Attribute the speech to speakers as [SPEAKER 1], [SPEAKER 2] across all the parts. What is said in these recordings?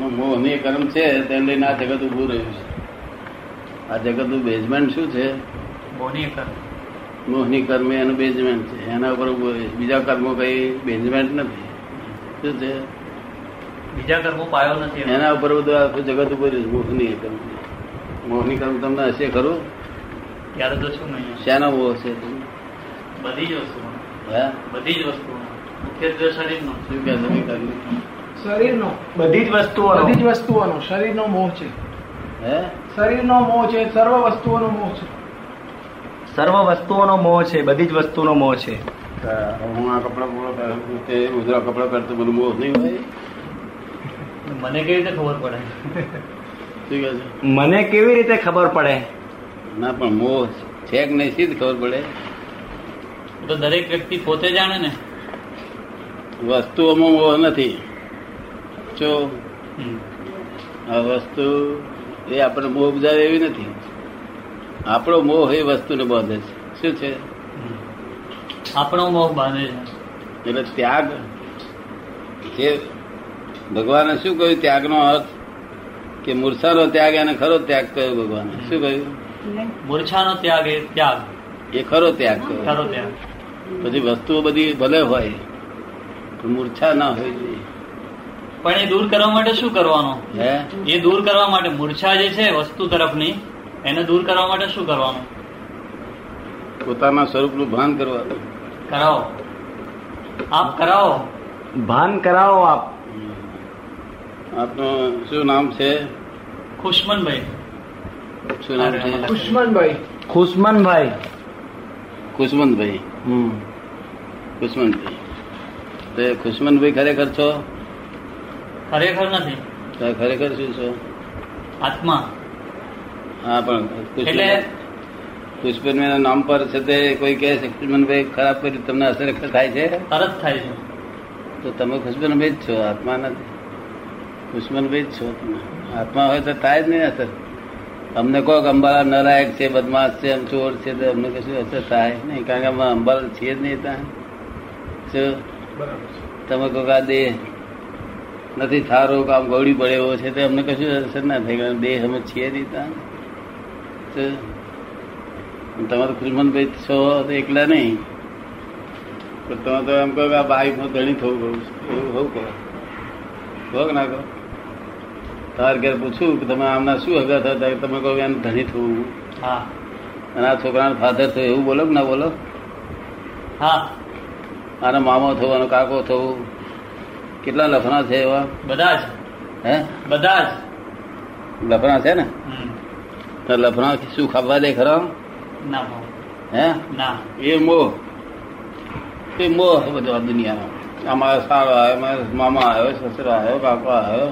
[SPEAKER 1] મોહનીય કર્મ છે તેને લઈને આ જગત ઉભું રહ્યું છે આ જગતનું બેઝમેન્ટ શું છે
[SPEAKER 2] મોહનીય કર્મ
[SPEAKER 1] મોહની કર્મ એ એનું બેઝમેન્ટ છે એના ઉપર ઉભું રહ્યું છે. બીજા કર્મો કઈ બેઝમેન્ટ નથી શું છે
[SPEAKER 2] બીજા કર્મો પાયો નથી એનો.
[SPEAKER 1] એના ઉપર બધું આખું જગત ઉભું રહ્યું છે મોહની કર્મ મોહની કર્મ તમને હશે ખરું
[SPEAKER 2] ત્યારે તો શું નહીં
[SPEAKER 1] શેનો મોહ છે તમને?
[SPEAKER 2] બધી જ વસ્તુઓ
[SPEAKER 1] હે
[SPEAKER 2] બધી જ વસ્તુઓ મુખ્યત્વે શરીરનો
[SPEAKER 1] શું કહે તમે કર્મ
[SPEAKER 3] શરીરનો
[SPEAKER 2] બધી જ વસ્તુઓ
[SPEAKER 3] બધી જ વસ્તુઓનો શરીરનો મોહ છે
[SPEAKER 1] હે
[SPEAKER 3] શરીરનો મોહ છે સર્વ વસ્તુઓનો મોહ છે
[SPEAKER 4] સર્વ વસ્તુઓનો મોહ છે બધી જ વસ્તુનો મોહ છે
[SPEAKER 1] હું આ કપડા કપડા પહેરું છું તે ઉધરા કપડા પહેરતું બધું મોહ નહીં હોય
[SPEAKER 2] મને કેવી રીતે ખબર પડે
[SPEAKER 1] શું કહે છે
[SPEAKER 4] મને કેવી રીતે ખબર પડે
[SPEAKER 1] ના પણ મોહ છે કે નહીં સીધ ખબર પડે
[SPEAKER 2] એ તો દરેક વ્યક્તિ પોતે જાણે ને
[SPEAKER 1] વસ્તુઓમાં મોહ નથી જો
[SPEAKER 2] હમ.
[SPEAKER 1] આ વસ્તુ એ આપણને મોહ ઉપજાવે એવી નથી આપણો મોહ એ વસ્તુને બાંધે છે શું છે
[SPEAKER 2] હમ. આપણો મોહ બાંધે છે
[SPEAKER 1] એટલે ત્યાગ જે ભગવાને શું કહ્યું ત્યાગનો અર્થ કે મૂર્છાનો ત્યાગ એને ખરો ત્યાગ કયો ભગવાને શું કહ્યું
[SPEAKER 2] મૂર્છાનો ત્યાગ એ ત્યાગ
[SPEAKER 1] એ ખરો ત્યાગ કયો
[SPEAKER 2] ખરો ત્યાગ
[SPEAKER 1] પછી વસ્તુઓ બધી ભલે હોય પણ મૂર્છા ના હોય જોઈએ.
[SPEAKER 2] પણ એ દૂર કરવા માટે શું કરવાનું
[SPEAKER 1] હે
[SPEAKER 2] એ દૂર કરવા માટે મૂર્છા જે છે વસ્તુ તરફની એને દૂર કરવા માટે શું કરવાનું
[SPEAKER 1] પોતાના સ્વરૂપનું ભાન કરવાનું
[SPEAKER 2] કરાવો આપ કરાવો
[SPEAKER 4] ભાન કરાવો આપ
[SPEAKER 1] આપનું શું નામ છે
[SPEAKER 2] ખુશમનભાઈ
[SPEAKER 1] શું નામ છે
[SPEAKER 3] દુશ્મનભાઈ
[SPEAKER 4] ખુશમનભાઈ
[SPEAKER 1] ખુશમંતભાઈ
[SPEAKER 4] હમ.
[SPEAKER 1] ખુશમંતભાઈ તો એ ખુશમંતભાઈ ખરેખર છો
[SPEAKER 2] ખરેખર નથી
[SPEAKER 1] તો ખરેખર શું છો
[SPEAKER 2] આત્મા
[SPEAKER 1] હા પણ
[SPEAKER 2] એટલે
[SPEAKER 1] ખુશમંત- પુષ્પનભાઈના નામ પર છે તે કોઈ કહે છે ખુશબનભાઈ ખરાબ કર્યું તમને અસર થાય છે
[SPEAKER 2] તરત થાય છે
[SPEAKER 1] તો તમે ખુશબનભાઈ જ છો આત્મા નથી ખુશબનભાઈ જ છો તમે આત્મા હોય તો થાય જ નહીં અસર અમને કહો કે અંબાલા નલાયક છે બદમાશ છે આમ ચોર છે તો અમને કશું અસર થાય નહીં કારણ કે અમે અંબાલા છીએ જ નહીં ત્યાં શું?
[SPEAKER 3] બરાબર છે
[SPEAKER 1] તમે કહો કે આ દેહ નથી થારો કે આમ ગૌડી પડે એવો છે તો અમને કશું અસર ના થાય કારણ કે દેહ અમે છીએ નહીં ત્યાં તો તમે તો ખુશમનભાઈ છો તો એકલા નહીં પણ તમે તો એમ કહો કે આ બાઈક હું ધણી થવું કહું છું એવું હોવું કહો કહો કે ના કહો તાર ઘેર પૂછું કે તમે આમના શું હગા થતા ત્યારે તમે કહો કે આને ધણી થવું
[SPEAKER 2] હા
[SPEAKER 1] અને આ છોકરાનો ફાધર થયો એવું બોલો કે ના બોલો
[SPEAKER 2] હા
[SPEAKER 1] આનો મામો થવો આનો કાકો થવું કેટલા લફણા છે એવા
[SPEAKER 2] બધા જ
[SPEAKER 1] હે
[SPEAKER 2] બધા જ
[SPEAKER 1] લફણા છે ને
[SPEAKER 2] હમ.
[SPEAKER 1] તો લફણા શું ખાવા દે ખરા
[SPEAKER 2] ના ભાવ
[SPEAKER 1] હે
[SPEAKER 2] ના
[SPEAKER 1] એ મોહ એ મોહ છે બધો આ દુનિયાનો અમારા સાળો આવ્યો અમારા મામા આવ્યો સસરા આવ્યો કાકા આવ્યો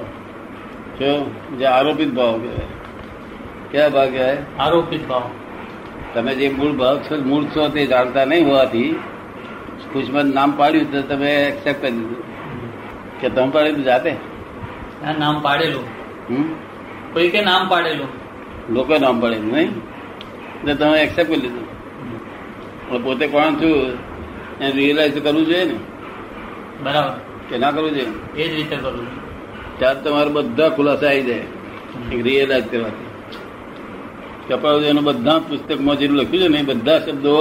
[SPEAKER 1] જો જે આરોપિત ભાવ કહેવાય કયા ભાવ કહેવાય
[SPEAKER 2] આરોપિત ભાવ
[SPEAKER 1] તમે જે મૂળ ભાવ છો મૂળ છો તે જાણતા નહીં હોવાથી ખુશમંત નામ પાડ્યું તો તમે એક્સેપ્ટ કરી દીધું કે તમે પાડ્યું જાતે
[SPEAKER 2] આ નામ પાડેલું
[SPEAKER 1] હમ
[SPEAKER 2] કોઈ કે નામ પાડેલું
[SPEAKER 1] લોકો નામ પાડેલું નહીં એટલે તમે એક્સેપ્ટ કરી લીધું પણ પોતે કોણ છું એને રિયલાઇઝ કરવું જોઈએ ને
[SPEAKER 2] બરાબર
[SPEAKER 1] કે ના કરવું જોઈએ
[SPEAKER 2] એ જ રીતે કરવું
[SPEAKER 1] ત્યારે તમારે બધા ખુલાસા આવી જાય એક રિયલાઇઝ કરવાથી કપાળુદેવના બધા જ પુસ્તકમાં જેટલું લખ્યું છે ને એ બધા શબ્દો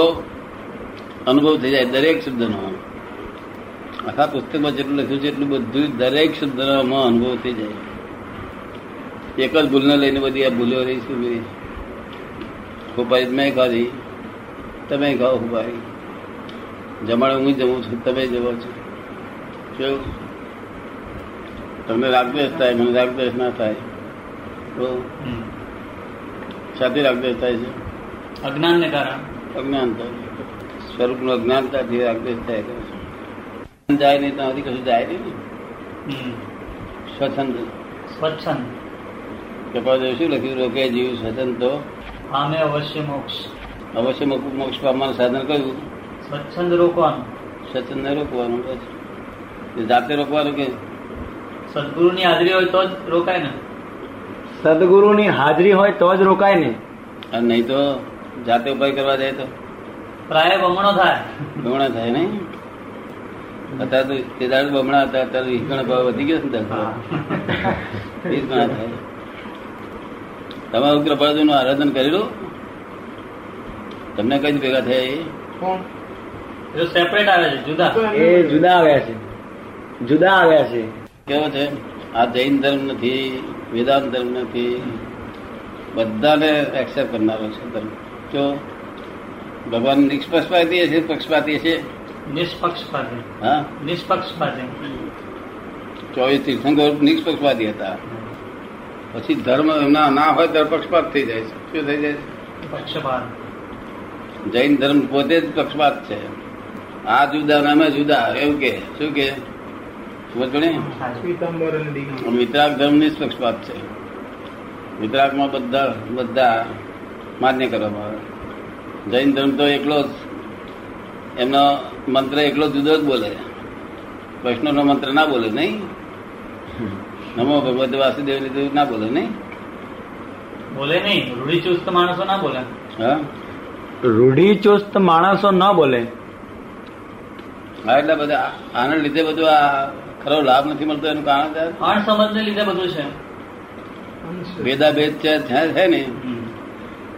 [SPEAKER 1] અનુભવ થઈ જાય દરેક શબ્દનો આખા પુસ્તકમાં જેટલું લખ્યું છે એટલું બધું દરેક શબ્દમાં અનુભવ થઈ જાય એક જ ભૂલને લઈને બધી આ ભૂલો રહી શું રહી ખોપારી મેં ખાધી તમે ખાઓ ખોપારી જમાડે હું જમું છું તમે જમો છો કેવું તમને રાગદ્વેષ થાય મને રાગદ્વેષ ના થાય તો
[SPEAKER 2] હમ.
[SPEAKER 1] સાથે રાગદ્વેષ થાય છે
[SPEAKER 2] અજ્ઞાનને કારણે
[SPEAKER 1] અજ્ઞાન થાય સ્વરૂપનું અજ્ઞાનતાથી રાગદ્વેષ થાય કરે છે. જ્ઞાન જાય નહીં ત્યાં સુધી કશું જાય નહીં ને.
[SPEAKER 2] હમ.
[SPEAKER 1] સ્વછંદ
[SPEAKER 2] સ્વચ્છંદ
[SPEAKER 1] કપાદેવ શું લખ્યું રોકે જીવ સ્વછંદ તો
[SPEAKER 2] આમે અવશ્ય મોક્ષ
[SPEAKER 1] અવશ્ય મોક- મોક્ષ પામવાનું સાધન કયું
[SPEAKER 2] સ્વચ્છંદ રોકવાનું
[SPEAKER 1] સ્વચંદ ને રોકવાનું બસ એ જાતે રોકવાનું કે
[SPEAKER 2] સદગુરુની હાજરી હોય તો જ રોકાય ને
[SPEAKER 4] સદગુરુની હાજરી હોય તો જ રોકાય ને
[SPEAKER 1] અને નહીં તો જાતે ઉપાય કરવા જાય તો
[SPEAKER 2] પ્રાય બમણો થાય
[SPEAKER 1] ગુણા થાય નહીં અત્યારે તો તે દાડે બમણા હતા અત્યારે વીસગણ ભાવ વધી ગયો છે ને
[SPEAKER 4] હા.
[SPEAKER 1] તારે. વીસ ગણા થાય તમારું કૃપાળુ નું આરાધન કરેલું તમને કઈ ભેગા થયા એ
[SPEAKER 3] કોણ
[SPEAKER 2] જો સેપરેટ આવે છે જુદા
[SPEAKER 3] તો એમને
[SPEAKER 4] એ જુદા આવ્યા છે જુદા આવ્યા છે
[SPEAKER 1] કેવો છે આ જૈન ધર્મ નથી વેદાંત ધર્મ નથી બધાને એક્સેપ્ટ કરનારો છે ધર્મ જો ભગવાન નિષ્પક્ષપાતી છે પક્ષપાતી છે
[SPEAKER 2] નિષ્પક્ષપાતે
[SPEAKER 1] હા
[SPEAKER 2] નિષ્પક્ષપાતે
[SPEAKER 1] ચોવીસ તીર્થંકર નિષ્પક્ષપાતી હતા પછી ધર્મ એમના ના હોય ત્યારે પક્ષપાત થઈ જાય છે શું થઈ જાય છે?
[SPEAKER 2] પક્ષપાત
[SPEAKER 1] જૈન ધર્મ પોતે જ પક્ષપાત છે આ જુદા નામે જુદા એવું કે શું કે સમજ પડી ને?
[SPEAKER 3] પીતાંબર અને દીકરી
[SPEAKER 1] વિતરાક ધર્મ નિષ્પક્ષ વાત છે વિતરાકમાં બધા બધા માન્ય કરવામાં આવે જૈન ધર્મ તો એકલો જ એમનો મંત્ર એકલો જુદો જ બોલે વૈષ્ણવનો મંત્ર ના બોલે નહીં નમો ભગવત વાસુદેવ લીધું ના બોલે નહીં
[SPEAKER 2] બોલે નહીં રૂઢિચુસ્ત માણસો ના બોલે
[SPEAKER 1] હા
[SPEAKER 4] રૂઢિચુસ્ત માણસો ન બોલે
[SPEAKER 1] હા એટલે બધા આના લીધે બધું આ ખરો લાભ નથી મળતો એનું કારણ છે
[SPEAKER 2] અણસમજને લીધે બધું છે
[SPEAKER 3] અંશ.
[SPEAKER 1] ભેદાભેદ છે જ્યાં છે ને
[SPEAKER 2] હમ.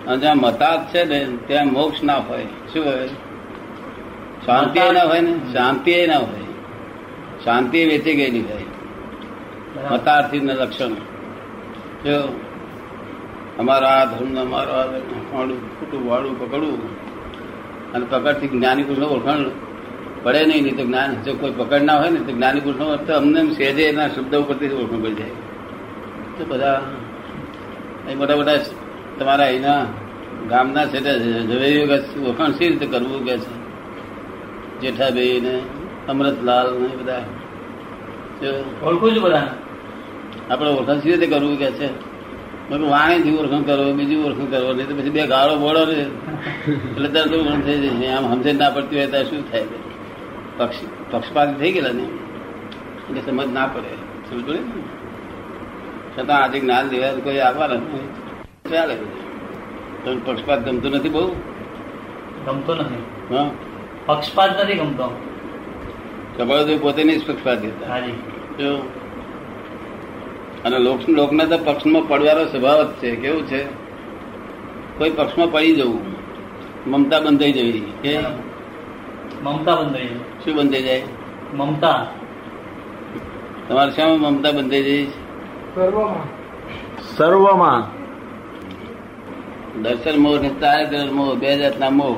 [SPEAKER 1] અને જ્યાં મતાજ છે ને ત્યાં મોક્ષ ના હોય શું હોય શાંતિ એ ના હોય ને શાંતિ એ ના હોય શાંતિ એ વેચી ગયેલી હોય
[SPEAKER 2] બરાબર.
[SPEAKER 1] મતાર્થી ને લક્ષણ જો અમારો આ ધર્મ ને અમારો આ ધર્મ ફાડું ફૂટું વાળું પકડવું અને પકડથી જ્ઞાની પુરુષ ઓળખાણ પડે નહીં નહીં તો જ્ઞાન જો કોઈ પકડ ના હોય ને તો જ્ઞાની પુરુષ અર્થ અમને એમ સહેજે એના શબ્દ ઉપરથી ઓળખણ પડી જાય તો બધા અહીં મોટા મોટા તમારા અહીંના ગામના છે તે ઝવેરીઓ કે છે, વખાણ સી રીતે કરવું કે છે જેઠાભાઈ ને અમૃતલાલ ને એ બધા જો
[SPEAKER 2] ઓળખું છું બધાને
[SPEAKER 1] આપણે ઓળખાણ સી રીતે કરવું કે છે મેં કહ્યું, વાણીથી ઓળખાણ કરો બીજું ઓળખાણ કરો નહીં તો પછી બે ગાળો બોળો ને એટલે તારે તો ઓળખાણ થઈ જશે આમ સમજણ ના પડતી હોય ત્યારે શું થાય પક્ષ પક્ષપાતી થઈ ગયેલા ને એટલે સમજ ના પડે સમજ પડે ને છતાં આજે જ્ઞાન લેવા કોઈ આવવાના નથી. ચાલે તમને પક્ષપાત ગમતો નથી બહુ
[SPEAKER 2] ગમતો નથી
[SPEAKER 1] હા
[SPEAKER 2] પક્ષપાત નથી ગમતો
[SPEAKER 1] કપાળો તો પોતે નિષ્પક્ષપાતી હતા
[SPEAKER 2] હાજી
[SPEAKER 1] જો અને લોક લોકના તો પક્ષમાં પડવાનો સ્વભાવ જ છે કેવું છે કોઈ પક્ષમાં પડી જવું મમતા બંધાઈ જવી કે
[SPEAKER 2] મમતા બંધાઈ છે.
[SPEAKER 1] શું બંધાઈ જાય
[SPEAKER 2] મમતા
[SPEAKER 1] તમારે શામાં મમતા બંધાઈ જાય
[SPEAKER 3] સર્વમાં
[SPEAKER 4] સર્વમાં
[SPEAKER 1] દર્શન મોહ ને તારે તરફ મોહ બે જાતના મોહ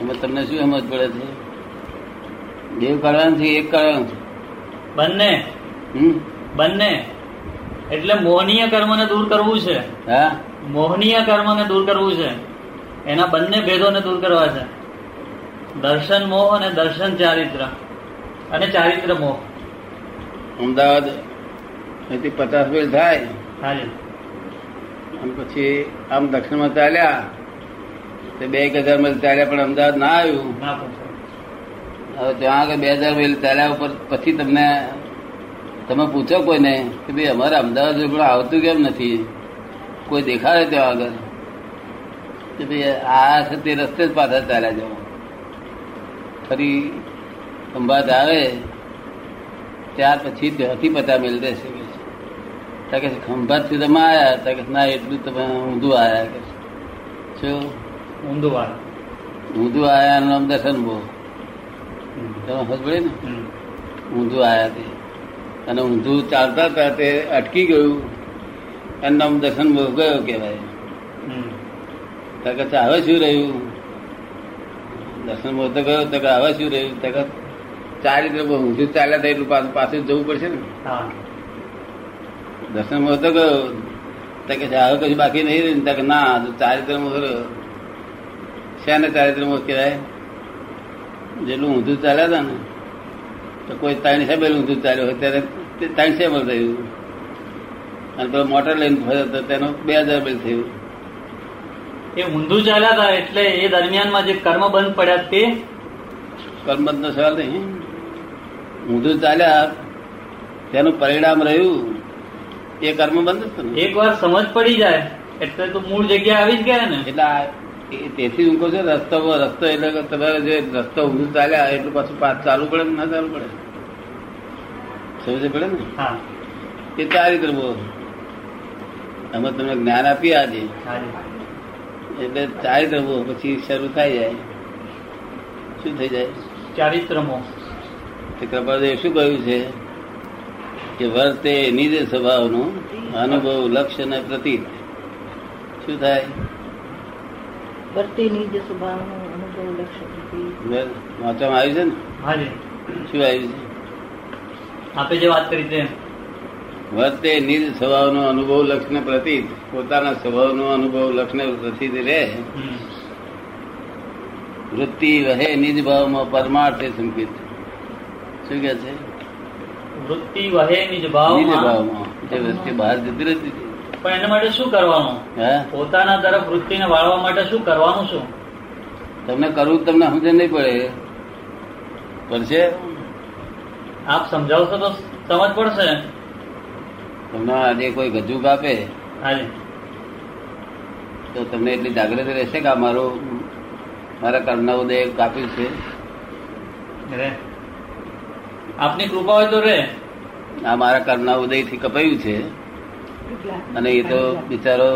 [SPEAKER 1] એમાં તમને શું સમજ પડે છે દેવ કરવાનું છે કે એક કરવાનું છે
[SPEAKER 2] બંને
[SPEAKER 1] હમ
[SPEAKER 2] બંને એટલે મોહનીય કર્મને દૂર કરવું છે
[SPEAKER 1] હા
[SPEAKER 2] મોહનીય કર્મને દૂર કરવું છે એના બંને ભેદોને દૂર કરવા છે દર્શન મોહ અને દર્શન ચારિત્ર અને ચારિત્ર મોહ
[SPEAKER 1] અમદાવાદ અહીંથી પચાસ મેલ થાય
[SPEAKER 2] હાજી
[SPEAKER 1] અને પછી આમ દક્ષિણમાં ચાલ્યા તો બે એક હજાર મેલ ચાલ્યા પણ અમદાવાદ ના આવ્યું
[SPEAKER 2] ના પૂછો
[SPEAKER 1] હવે ત્યાં આગળ બે હજાર મેલ ચાલ્યા ઉપર પછી તમને તમે પૂછો કોઈને કે ભાઈ અમારે અમદાવાદ ઉપર આવતું કેમ નથી કોઈ દેખાડે ત્યાં આગળ કે ભાઈ આ છે તે રસ્તે જ પાછા ચાલ્યા જાઓ ફરી ખંભાત આવે ત્યાર પછી ત્યાંથી પતા મેલ રહેશે કે છે. તા કે છે, ખંભાતથી તમે આવ્યા તા કે છે, ના એટલું તમે ઊંધું આવ્યા કે છે. શું
[SPEAKER 2] ઊંધું વાર
[SPEAKER 1] ઊંધું આવ્યા એનું નામ દર્શન બહુ તમે સમજે ને
[SPEAKER 2] હમ.
[SPEAKER 1] ઊંધું આવ્યા તે અને ઊંધું ચાલતા ચાલતે અટકી ગયું એનું નામ દર્શન બહુ ગયો કહેવાય
[SPEAKER 2] હમ.
[SPEAKER 1] તા કે છે, હવે શું રહ્યું દર્શન બહુ તો ગયો તો કે હવે શું રહ્યું તા કે ચારિત્ર બહુ ઊંધું ચાલ્યા થાય એટલું પાછું પાછું જવું પડશે ને
[SPEAKER 2] હા
[SPEAKER 1] દર્શન માં તો ગયો તો કે છે, હવે કશું બાકી નહીં રહ્યું તો કે ના તો ચારિત્ર રહ્યો શેને ચારિત્ર મોહ કહેવાય જેટલું ઊંધું ચાલ્યા હતા ને તો કોઈ ત્રણ સાહેબ ઊંધું ચાલ્યો હોય ત્યારે તે ત્રણ સાહેબ થયું અને પેલો મોટર લઈને ફર્યો તો તેનો બે હજાર બિલ થયું
[SPEAKER 2] એ ઊંધું ચાલ્યા હતા એટલે એ દરમિયાનમાં જે કર્મ બંધ પડ્યા તે
[SPEAKER 1] કર્મબંધનો સવાલ નહીં ઊંધું ચાલ્યા તેનું પરિણામ રહ્યું એ કર્મ બંધ જ હતું ને
[SPEAKER 2] એક વાર સમજ પડી જાય એટલે તો મૂળ જગ્યા આવી જ ગયા ને
[SPEAKER 1] એટલે આ એ તેથી હું કહું છું રસ્તો રસ્તો એટલે કે તમારે જે રસ્તો ઊંધું ચાલ્યા એટલું પાછું પાછ ચાલુ પડે ને ના ચાલુ પડે સમજ પડે ને
[SPEAKER 2] હા
[SPEAKER 1] એ ચારિત્ર બોધ અમે તમને જ્ઞાન આપીએ આજે
[SPEAKER 2] ચારિત્ર
[SPEAKER 1] એટલે ચારિત્ર બોધ પછી શરૂ થઈ જાય શું થઈ જાય
[SPEAKER 2] ચારિત્ર મોહ
[SPEAKER 1] તે કૃપાદેવ શું કહ્યું છે કે વર્તે નિજ સ્વભાવનો અનુભવ લક્ષ્ય અને પ્રતીત શું થાય
[SPEAKER 5] વર્તે નિજ સ્વભાવનો અનુભવ લક્ષ્ય પ્રતિ
[SPEAKER 1] બસ વાંચવામાં આવ્યું છે ને
[SPEAKER 2] હાજી
[SPEAKER 1] શું આવ્યું છે
[SPEAKER 2] આપે જે વાત કરી તેમ
[SPEAKER 1] વર્તે નિજ સ્વભાવનો અનુભવ લક્ષને પ્રતીત પોતાના સ્વભાવનો અનુભવ લક્ષને પ્રતીત રહે
[SPEAKER 2] હમ.
[SPEAKER 1] વૃત્તિ રહે નિજ ભાવમાં પરમાર્થે સંકિત શું કહે છે
[SPEAKER 2] વૃત્તિ વહે નિજ
[SPEAKER 1] નિજ
[SPEAKER 2] ભાવમાં
[SPEAKER 1] ભાવમાં જે વૃત્તિ બહાર જતી રહેતી હતી.
[SPEAKER 2] પણ એના માટે શું કરવાનું
[SPEAKER 1] હા
[SPEAKER 2] પોતાના તરફ વૃત્તિને વાળવા માટે શું કરવાનું શું
[SPEAKER 1] તમને કરવું તમને સમજણ નહીં પડે પડશે
[SPEAKER 2] આપ સમજાવશો તો સમજ પડશે
[SPEAKER 1] તમને આજે કોઈ ગજુક આપે
[SPEAKER 2] હાજી
[SPEAKER 1] તો તમને એટલી જાગૃતિ રહેશે કે આ મારો મારા કર્મના ઉદય કાપ્યું છે
[SPEAKER 2] રે આપની કૃપા હોય તો રે
[SPEAKER 1] આ મારા કર્મના ઉદયથી કપાયું છે અને એ તો બિચારો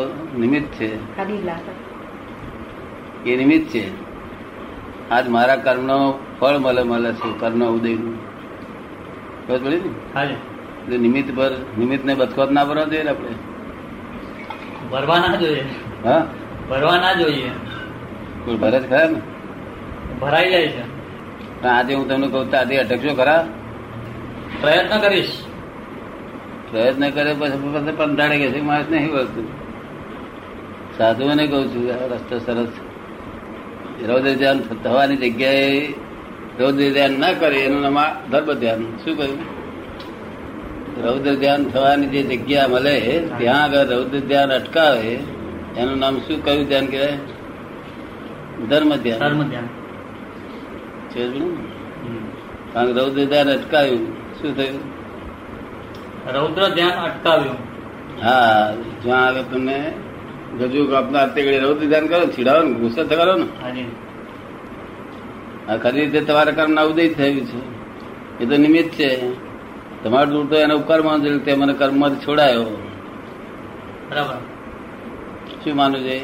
[SPEAKER 1] નિમિત્ત છે
[SPEAKER 5] ખાલી લાકડ
[SPEAKER 1] એ નિમિત્ત છે આજ મારા કર્મનો ફળ મળે મળે છે કર્મનો ઉદયનું ખબર પડી ને
[SPEAKER 2] હાજી
[SPEAKER 1] એટલે નિમિત્ત પર નિમિત્તને બચકોત ના ભરવા જોઈએ ને આપણે
[SPEAKER 2] ભરવા ના જોઈએ
[SPEAKER 1] હા
[SPEAKER 2] ભરવા ના જોઈએ
[SPEAKER 1] કોઈ ભરે જ ખરા ને
[SPEAKER 2] ભરાઈ જાય છે
[SPEAKER 1] પણ આજે હું તમને કહું તો આજે અટકશો ખરા
[SPEAKER 2] પ્રયત્ન કરીશ
[SPEAKER 1] પ્રયત્ન કરે પછી પછી પંટાળે કે છે માણસ નહીં વળતું સાધુઓને કહું છું આ રસ્તો સરસ છે. રૌદ્ર ધ્યાન થવાની જગ્યાએ રૌદ્ર ધ્યાન ના કરે એનું નામ આ ધર્મ ધ્યાન શું કહ્યું રૌદ્ર ધ્યાન થવાની જે જગ્યા મળે ત્યાં આગળ રૌદ્ર ધ્યાન અટકાવે એનું નામ શું કયું ધ્યાન કહેવાય ધર્મ ધ્યાન
[SPEAKER 2] ધર્મ ધ્યાન
[SPEAKER 1] છે ને?
[SPEAKER 2] હમ.
[SPEAKER 1] કારણ કે રૌદ્ર ધ્યાન અટકાયું શું થયું
[SPEAKER 2] રૌદ્ર ધ્યાન અટકાવ્યું
[SPEAKER 1] હા જ્યાં આગળ તમને ગજુ આપના તેગડે રૌદ્ર ધ્યાન કરો છીડાવો ને ગુસ્સો થવાનો ને
[SPEAKER 2] હાજી
[SPEAKER 1] આ ખરી રીતે તમારા કર્મના ઉદય થયું છે એ તો નિમિત્ત છે તમારું દૂર તો એનો ઉપકાર માનજો એટલે તે મને કર્મમાંથી છોડાયો
[SPEAKER 2] બરાબર
[SPEAKER 1] શું માનું છે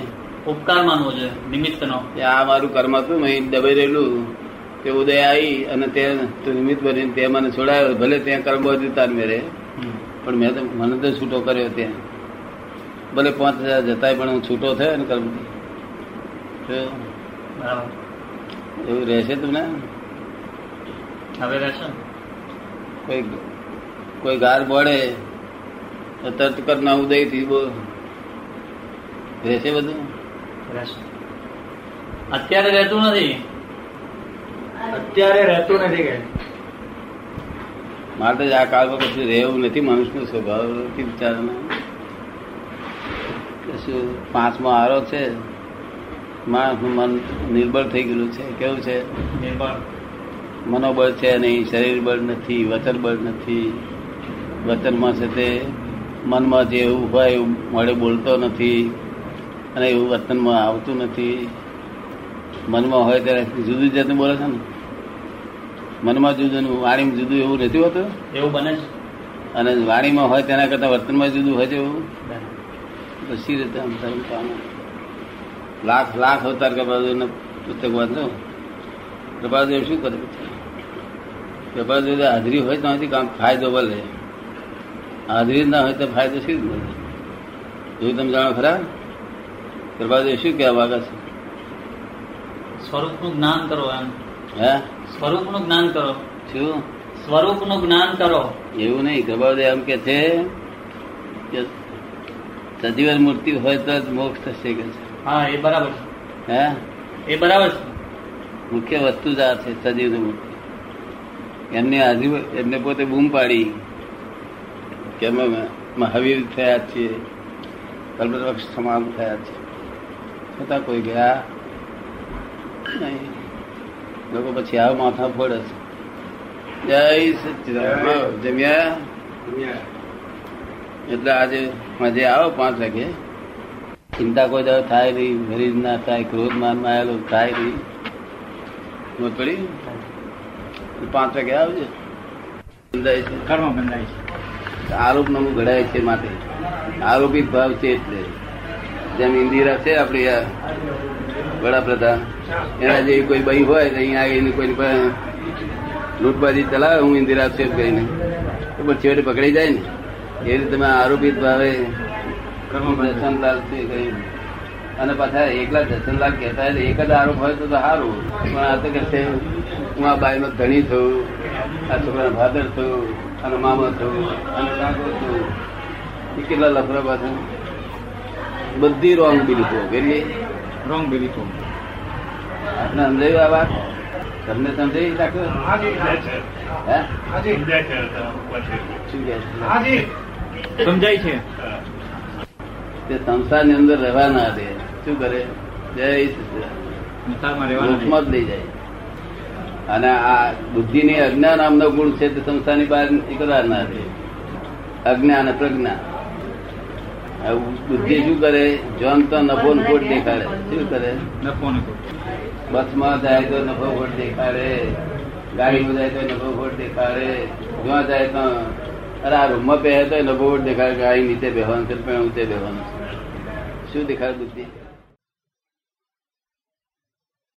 [SPEAKER 2] ઉપકાર માનવો જોઈએ નિમિત્તનો
[SPEAKER 1] કે આ મારું કર્મ હતું મેં દબાઈ રહેલું તે ઉદય આવી અને તે તું નિમિત્ત બનીને તે મને છોડાયો ભલે ત્યાં કર્મ બધું તાર મેરે
[SPEAKER 2] હમ.
[SPEAKER 1] પણ મેં તો મને તો છૂટો કર્યો ત્યાં ભલે પાંચ હજાર જતાય પણ હું છૂટો થયો ને કર્મ
[SPEAKER 2] બરાબર
[SPEAKER 1] એવું રહેશે તમને
[SPEAKER 2] હવે રહેશે ને?
[SPEAKER 1] કોઈ કોઈ ગાર બળે તો તરત કરના ઉદયથી બો રહેશે બધું
[SPEAKER 2] રહેશે અત્યારે રહેતું નથી
[SPEAKER 4] અત્યારે રહેતું નથી કે
[SPEAKER 1] માટે જ આ કાળમાં કશું રહેવું નથી મનુષ્યનો સ્વભાવ નથી વિચારમાં કશું પાંચમો આરો છે માણસનું મન નિર્બળ થઈ ગયેલું છે કેવું છે
[SPEAKER 2] નિર્ભર
[SPEAKER 1] મનોબળ છે નહીં શરીર બળ નથી વચન બળ નથી વચનમાં છે તે મનમાં જે એવું હોય એવું મળે બોલતો નથી અને એવું વતનમાં આવતું નથી મનમાં હોય ત્યારે જુદું જાતનું બોલે છે ને મનમાં જુદું ને વાણીમાં જુદું એવું નથી હોતું
[SPEAKER 2] એવું બને છે
[SPEAKER 1] અને વાણીમાં હોય તેના કરતાં વર્તનમાં જુદું હોય છે એવું
[SPEAKER 2] બરાબર.
[SPEAKER 1] બસી રીતે અંતર પામે લાખ લાખ અવતાર કપાદેવના પુસ્તક વાંચો કપાદેવ શું કરે છે કપાદેવ હાજરી હોય તો આથી કામ ફાયદો ભલે હાજરી ના હોય તો ફાયદો શી જ મળે એવું તમે જાણો ખરા કપાદેવ શું કહેવા માંગે છે
[SPEAKER 2] સ્વરૂપનું જ્ઞાન કરો એમ
[SPEAKER 1] હે
[SPEAKER 2] સ્વરૂપનું જ્ઞાન કરો
[SPEAKER 1] શું
[SPEAKER 2] સ્વરૂપનું જ્ઞાન કરો
[SPEAKER 1] એવું નહીં કપાદેવ એમ કે છે કે સજીવન મૂર્તિ હોય તો જ મોક્ષ થશે કે છે
[SPEAKER 2] હા એ બરાબર
[SPEAKER 1] હે
[SPEAKER 2] છે એ બરાબર છે
[SPEAKER 1] મુખ્ય વસ્તુ જ આ છે સજીવની મૂર્તિ એમને આજુ એમને પોતે બૂમ પાડી કે અમે મહાવીર થયા છીએ કલ્પવૃક્ષ સમાન થયા છે છતાં કોઈ ગયા નહીં લોકો પછી આવા માથા ફોડે છે જય સચિદાન જમ્યા એટલે આજે મજે આવો પાંચ વાગે ચિંતા કોઈ દાડો થાય નહીં મરીજ ના થાય ક્રોધ માન માં આવેલો થાય નહીં સમજ પડી પાંચ વાગે આવજે બંધાય છે
[SPEAKER 4] કર્મ બંધાય છે
[SPEAKER 1] આરોપ નમું ઘડાય છે માટે આરોપી ભાવ છે એટલે જેમ ઇન્દિરા છે આપણી આ વડાપ્રધાન એના જેવી કોઈ બઈ હોય તો અહીંયા આવીને કોઈ લૂંટબાજી ચલાવે હું ઇન્દિરા છે એમ કરીને તો પણ છેવટે પકડી જાય ને એ રીતે તમે આરોપિત ભાવે દર્શનલાલ છે કહ્યું અને પાછા એકલા દર્શનલાલ કહેતા હોય તો એક જ આરોપ હોય તો તો સારું પણ આ તો કે છે હું આ બાઈનો ધણી છું આ છોકરાનો ફાધર છું અને મામા છું અને કાકો છું એ કેટલા લફરા પાછા બધી રોંગ બિલીફો કેટલી
[SPEAKER 4] રોંગ બિલીફો
[SPEAKER 1] આપને સમજાયું આ વાત તમને સમજાવી રાખો હે
[SPEAKER 3] હાજી
[SPEAKER 1] શું કહે છે?
[SPEAKER 3] હાજી
[SPEAKER 4] સમજાય છે
[SPEAKER 1] તે સંસારની અંદર રહેવા ના દે શું કરે જય સચિદાનંદ.
[SPEAKER 4] સંસારમાં રહેવાનું નહીં.
[SPEAKER 1] મોક્ષમાં જ લઈ જાય અને આ બુદ્ધિની અજ્ઞાન નામનો ગુણ છે તે સંસ્થાની બહાર નીકળવા ના દે અજ્ઞાન અને પ્રજ્ઞા હવે બુદ્ધિ શું કરે જોન તો નફો ને ખોટ દેખાડે શું કરે
[SPEAKER 4] નફો ને ખોટ.
[SPEAKER 1] બસમાં જાય તો નફો ખોટ દેખાડે ગાડીમાં જાય તો નફો ખોટ દેખાડે જ્યાં જાય તો અરે આ રૂમમાં પહેરે તો નફો ખોટ દેખાડે કે આ અહીં નીચે બેહવાનું છે પણ ઊંચે બેહવાનું છે. શું દેખાડે બુદ્ધિ